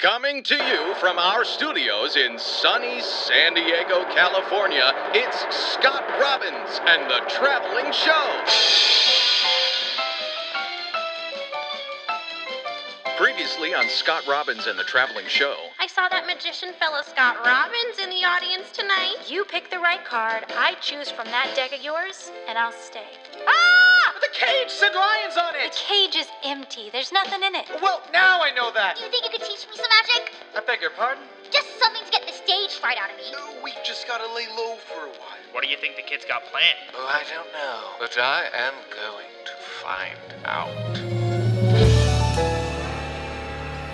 Coming to you from our studios in sunny San Diego, California, it's Scott Robbins and the Traveling Show. Previously on Scott Robbins and the Traveling Show. I saw that magician fella Scott Robbins in the audience tonight. You pick the right card. I choose from that deck of yours, and I'll stay. Ah! The cage said lions on The it! cage is empty. There's nothing in it. Well, now I know that. Do you think you could teach me some magic? I beg your pardon? Just something to get the stage fright out of me. No, we just gotta lay low for a while. What do you think the kid's got planned? Oh, I don't know. But I am going to find out.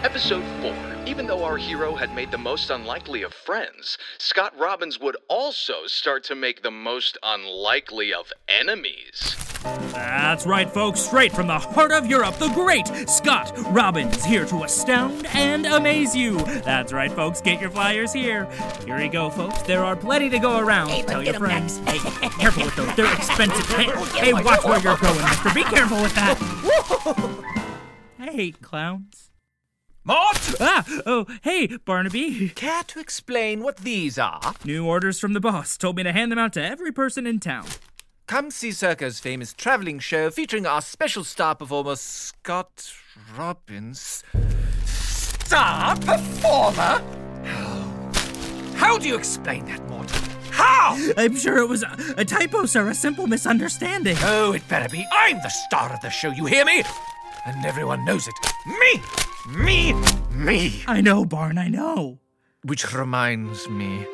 Episode 4. Even though our hero had made the most unlikely of friends, Scott Robbins would also start to make the most unlikely of enemies. That's right, folks, straight from the heart of Europe, the great Scott Robbins here to astound and amaze you. That's right, folks, get your flyers here. Here we go, folks, there are plenty to go around. Tell your friends. Hey, careful with those, they're expensive. Hey, hey, watch where you're going, mister. Be careful with that. I hate clowns. Mort! Ah, oh, hey, Barnaby. Care to explain what these are? New orders from the boss told me to hand them out to every person in town. Come see Circo's famous travelling show featuring our special star performer, Scott Robbins. Star performer? How do you explain that, Mort? How? I'm sure it was a, a typo, sir, a simple misunderstanding. Oh, it better be. I'm the star of the show, you hear me? And everyone knows it. Me! Me! Me! I know, Barn, I know. Which reminds me.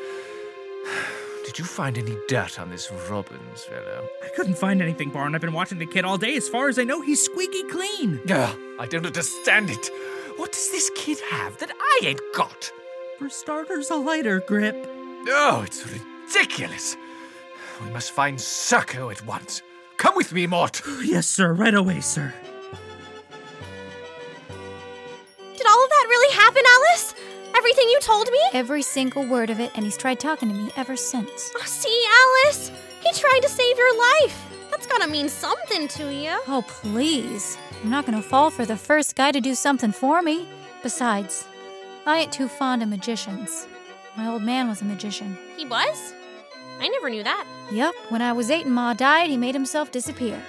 Did you find any dirt on this Robbins fellow? I couldn't find anything, Barn. I've been watching the kid all day. As far as I know, he's squeaky clean. Ugh, I don't understand it. What does this kid have that I ain't got? For starters, a lighter grip. Oh, it's ridiculous. We must find Serco at once. Come with me, Mort. Yes, sir, right away, sir. Did all of that really happen, Alice? Everything you told me? Every single word of it, and he's tried talking to me ever since. Oh, see, Alice? He tried to save your life. That's gotta mean something to you. Oh, please. I'm not gonna fall for the first guy to do something for me. Besides, I ain't too fond of magicians. My old man was a magician. He was? I never knew that. Yep, when I was eight and Ma died, he made himself disappear.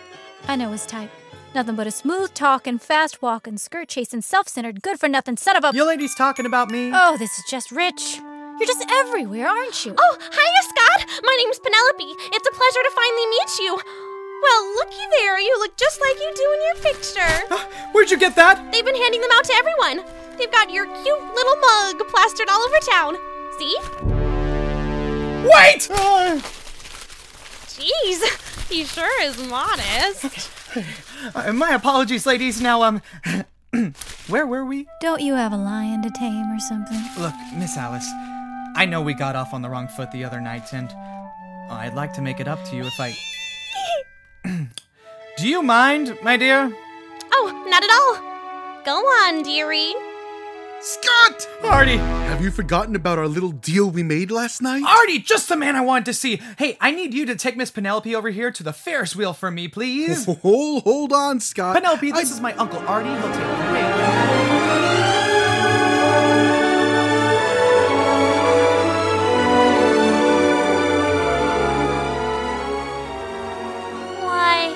I know his type. Nothing but a smooth talking, fast walking, skirt chasing, self centered, good for nothing son of a. You ladies talking about me? Oh, this is just rich. You're just everywhere, aren't you? Oh, hiya, Scott! My name's Penelope. It's a pleasure to finally meet you. Well, looky there. You look just like you do in your picture. Where'd you get that? They've been handing them out to everyone. They've got your cute little mug plastered all over town. See? Wait! Jeez, he sure is modest. Uh, my apologies, ladies. Now, um, where were we? Don't you have a lion to tame or something? Look, Miss Alice, I know we got off on the wrong foot the other night, and I'd like to make it up to you if I. Do you mind, my dear? Oh, not at all. Go on, dearie. Scott! Artie! Have you forgotten about our little deal we made last night? Artie, just the man I wanted to see. Hey, I need you to take Miss Penelope over here to the Ferris wheel for me, please. Hold, hold on, Scott. Penelope, this is my uncle Artie. He'll take care of me. Why,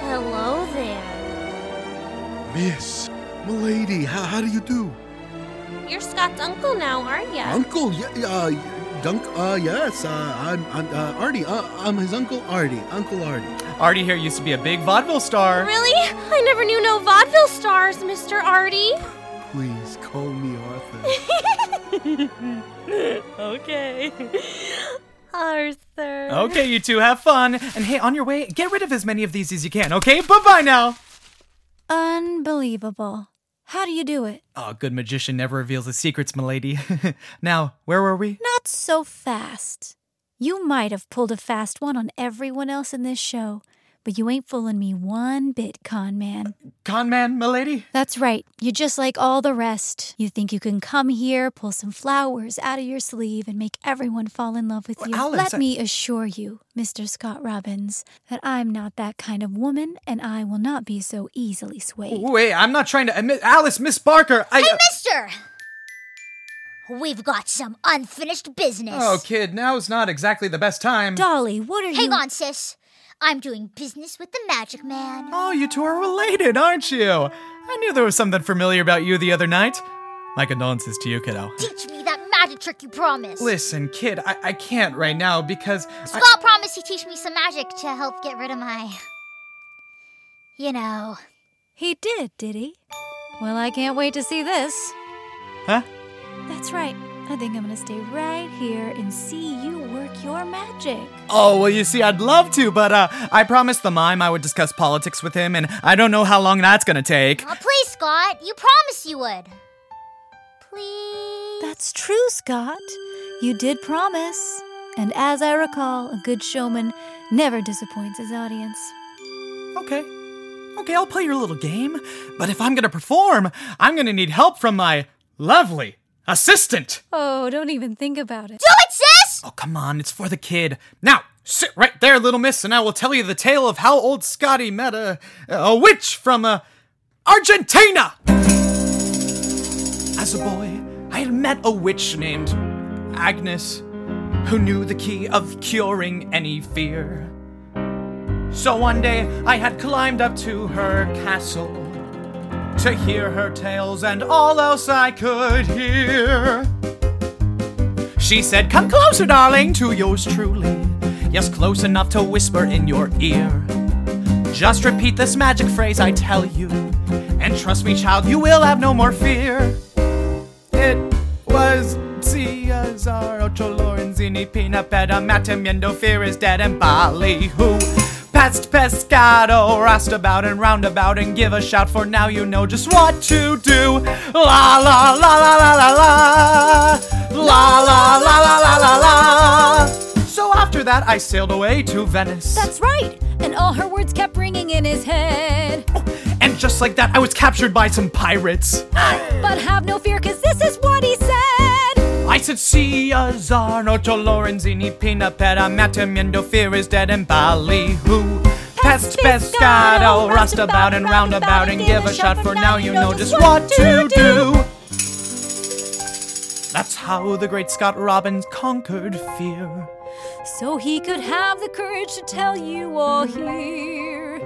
hello there. Miss, milady, how, how do you do? You're Scott's uncle now, are ya? Uncle, yeah, uh, y- dunk, uh, yes, uh, I'm, I'm uh, Artie. Uh, I'm his uncle Artie. Uncle Artie. Artie here used to be a big vaudeville star. Really? I never knew no vaudeville stars, Mr. Artie. Please call me Arthur. okay. Arthur. Okay, you two have fun. And hey, on your way, get rid of as many of these as you can, okay? Bye bye now. Unbelievable. How do you do it? Oh, good magician never reveals his secrets, milady. now, where were we? Not so fast. You might have pulled a fast one on everyone else in this show, but you ain't fooling me one bit, con man. Con man, milady? That's right, you're just like all the rest. You think you can come here, pull some flowers out of your sleeve, and make everyone fall in love with Well, you. Alice, Let I- me assure you, Mr. Scott Robbins, that I'm not that kind of woman, and I will not be so easily swayed. Wait, I'm not trying to admit. Alice, Miss Barker, I. Mister! We've got some unfinished business. Oh, kid, now's not exactly the best time. Dolly, what are Hang on, sis. I'm doing business with the magic man. Oh, you two are related, aren't you? I knew there was something familiar about you the other night. My condolences to you, kiddo. Teach me that magic trick you promised. Listen, kid, I, I can't right now because. I- Scott promised he'd teach me some magic to help get rid of my. You know. He did, did he? Well, I can't wait to see this. Huh? That's right. I think I'm gonna stay right here and see you work your magic. Oh, well, you see, I'd love to, but uh, I promised the mime I would discuss politics with him, and I don't know how long that's gonna take. Oh, please, Scott. You promised you would. That's true, Scott. You did promise. And as I recall, a good showman never disappoints his audience. Okay. Okay, I'll play your little game, but if I'm gonna perform, I'm gonna need help from my lovely assistant. Oh, don't even think about it. Do it, sis! Oh, come on, it's for the kid. Now, sit right there, little miss, and I will tell you the tale of how old Scotty met a, a witch from uh, Argentina! As a boy, I had met a witch named Agnes, who knew the key of curing any fear. So one day, I had climbed up to her castle to hear her tales and all else I could hear. She said, Come closer, darling, to yours truly. Yes, close enough to whisper in your ear. Just repeat this magic phrase I tell you. And trust me, child, you will have no more fear. It was Si Azar Ocho Lorenzini Pina Peta Matimiendo Fear is dead and Bali who Pest pescado, rastabout and roundabout, and give a shout for now you know just what to do. La la la la la la la la la la la la la la. So after that, I sailed away to Venice. That's right! And all her words kept ringing in his head. And just like that, I was captured by some pirates. But have no fear, cause this is what he said! I said, see ya, Zarno to Lorenzini, Pina Peta, Matimiendo, Fear is Dead, and Ballyhoo. Pest, pescado, rustabout, and roundabout, and give a shot for now, you know just what to do. That's how the great Scott Robbins conquered fear. So he could have the courage to tell you all here.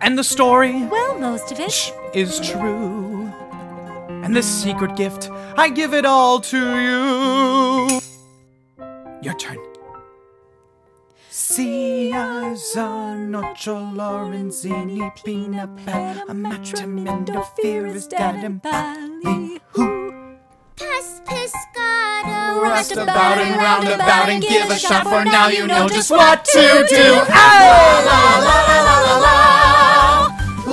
And the story Well, most of it. is true. And this secret gift, I give it all to you. Your turn. Si ocho Lorenzini pina pet, a matrimendo fear is dead and badly who Pes pescado. rust about and round about and give a shot for now you know just what to do. Hey! La la la la la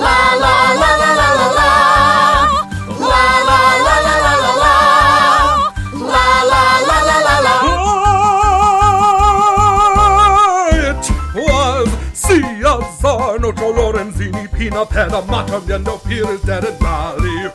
la la la la la la la la La la la la la la la La la la la la la It was Sia Zarno to Lorenzini Pina Pena Matamiendo Pires Dead and Ballyhoo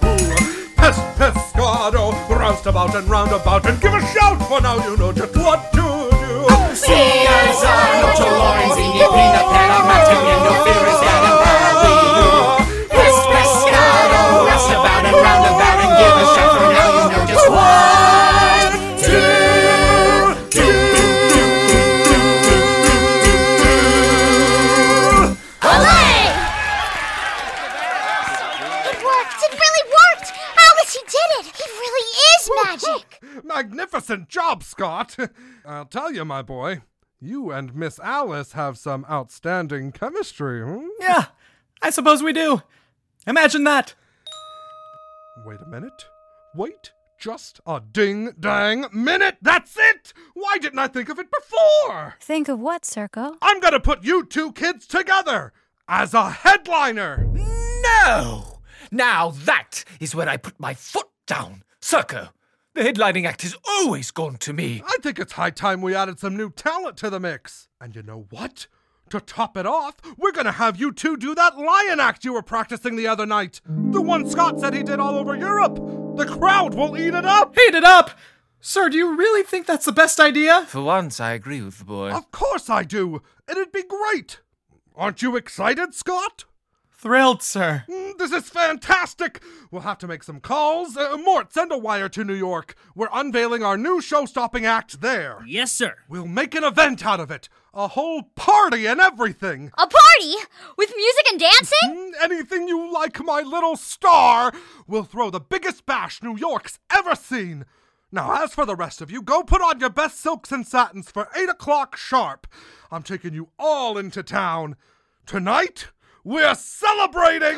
Pest Pescado Roustabout and roundabout And give a shout for now you know just what to do Sia Zarno to Lorenzini Pina Pena Matamiendo Pires Dead and Ballyhoo Pes Pescado Rustabout and roundabout And give a shout for now you know just what to It worked! It really worked! Alice, he did it! He really is magic! Magnificent job, Scott! I'll tell you, my boy, you and Miss Alice have some outstanding chemistry, hmm? Yeah, I suppose we do. Imagine that. Wait a minute. Wait just a ding dang minute! That's it! Why didn't I think of it before? Think of what, Circo? I'm gonna put you two kids together as a headliner! No! Now that is where I put my foot down. Circo, the headlining act has always gone to me. I think it's high time we added some new talent to the mix. And you know what? To top it off, we're gonna have you two do that lion act you were practicing the other night. The one Scott said he did all over Europe. The crowd will eat it up. Heat it up! Sir, do you really think that's the best idea? For once, I agree with the boy. Of course I do. It'd be great. Aren't you excited, Scott? thrilled, sir. Mm, This is fantastic! We'll have to make some calls. Uh, Mort, send a wire to New York. We're unveiling our new show stopping act there. Yes, sir. We'll make an event out of it. A whole party and everything. Mm-hmm. A party? With music and dancing? Anything you like, my little star. We'll throw the biggest bash New York's ever seen. Now, as for the rest of you, go put on your best silks and satins for 8 o'clock sharp. I'm taking you all into town. Tonight, we're celebrating!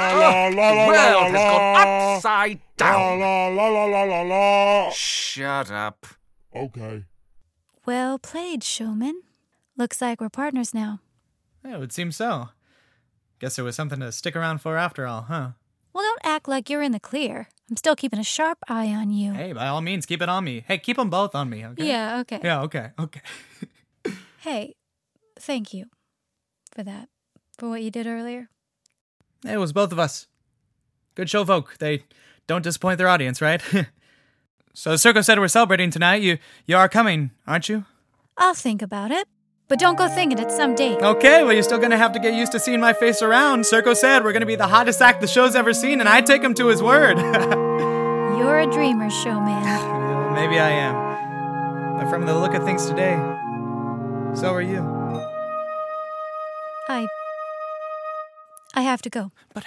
world has gone upside down. La la la la la la. Shut up. Okay. Well played, showman. Looks like we're partners now. Yeah, it would seem so. Guess there was something to stick around for after all, huh? Well, don't act like you're in the clear. I'm still keeping a sharp eye on you. Hey, by all means, keep it on me. Hey, keep them both on me, okay? Yeah, okay. Yeah, okay, okay. Hey, thank you for that, for what you did earlier. It was both of us. Good show, folk. They don't disappoint their audience, right? so, Circo said we're celebrating tonight. You, you are coming, aren't you? I'll think about it, but don't go thinking it's some date. Okay, well, you're still gonna have to get used to seeing my face around. Circo said we're gonna be the hottest act the show's ever seen, and I take him to his word. You're a dreamer, showman. Maybe I am. But from the look of things today, so are you. I. I have to go. But.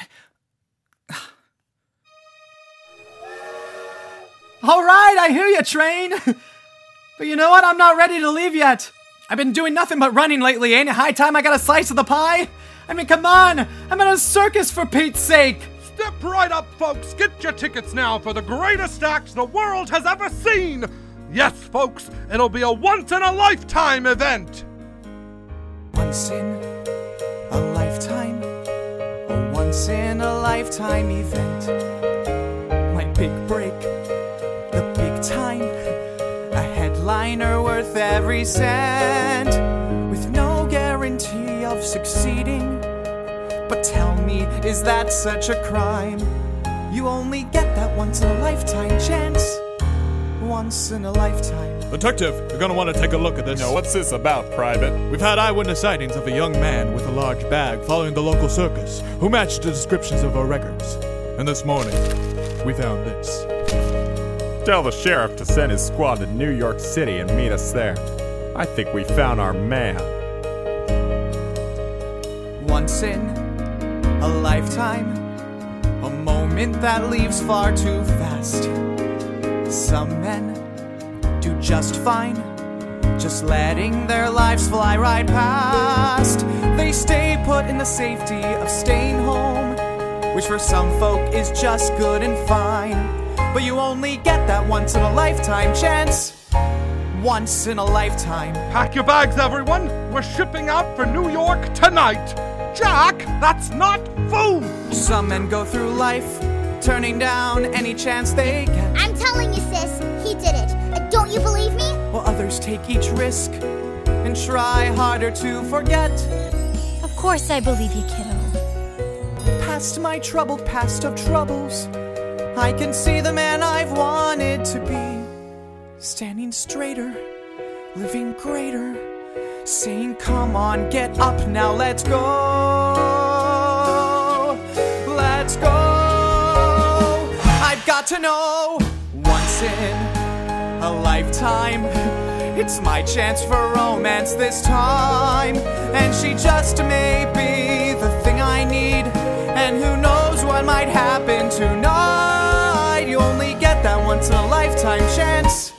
All right, I hear you, train. but you know what? I'm not ready to leave yet. I've been doing nothing but running lately. Ain't it high time I got a slice of the pie? I mean, come on. I'm at a circus for Pete's sake. Step right up, folks. Get your tickets now for the greatest act the world has ever seen. Yes, folks, it'll be a once in a lifetime event. Once in a lifetime, a once in a lifetime event. My big break, the big time, a headliner worth every cent. With no guarantee of succeeding, but tell me, is that such a crime? You only get that once in a lifetime chance. Once in a lifetime. Detective, you're gonna want to take a look at this. Now, what's this about, Private? We've had eyewitness sightings of a young man with a large bag following the local circus, who matched the descriptions of our records. And this morning, we found this. Tell the sheriff to send his squad to New York City and meet us there. I think we found our man. Once in a lifetime, a moment that leaves far too fast. Some men do just fine, just letting their lives fly right past. They stay put in the safety of staying home, which for some folk is just good and fine. But you only get that once in a lifetime chance. Once in a lifetime. Pack your bags, everyone. We're shipping out for New York tonight. Jack, that's not food. Some men go through life turning down any chance they get. I'm telling you, sis, he did it. Uh, Don't you believe me? while others take each risk and try harder to forget. Of course, I believe you, kiddo. Past my troubled past of troubles, I can see the man I've wanted to be. Standing straighter, living greater, saying, Come on, get up now, let's go. Let's go. I've got to know once in a lifetime. It's my chance for romance this time. And she just may be the thing I need. And who knows what might happen tonight. You only get that once in a lifetime chance.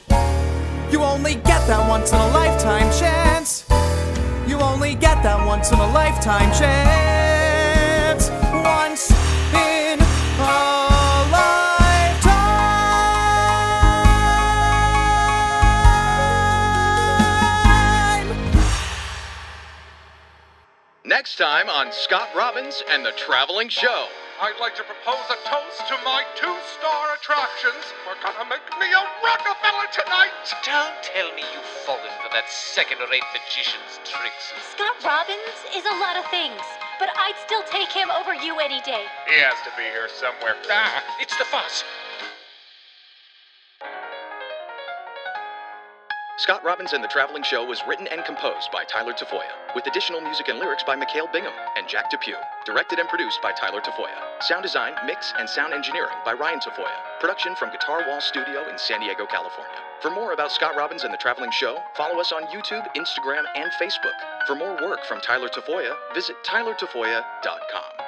You only get that once in a lifetime chance. You only get that once in a lifetime chance. Once in a lifetime. Next time on Scott Robbins and the Traveling Show. I'd like to propose a toast to my two star attractions. We're gonna make me a Rockefeller tonight. Don't tell me you've fallen for that second rate magician's tricks. Scott Robbins is a lot of things, but I'd still take him over you any day. He has to be here somewhere. Ah, it's the fuss. Scott Robbins and the Traveling Show was written and composed by Tyler Tafoya, with additional music and lyrics by Mikhail Bingham and Jack Depew. Directed and produced by Tyler Tafoya. Sound design, mix, and sound engineering by Ryan Tafoya. Production from Guitar Wall Studio in San Diego, California. For more about Scott Robbins and the Traveling Show, follow us on YouTube, Instagram, and Facebook. For more work from Tyler Tafoya, visit tylertafoya.com.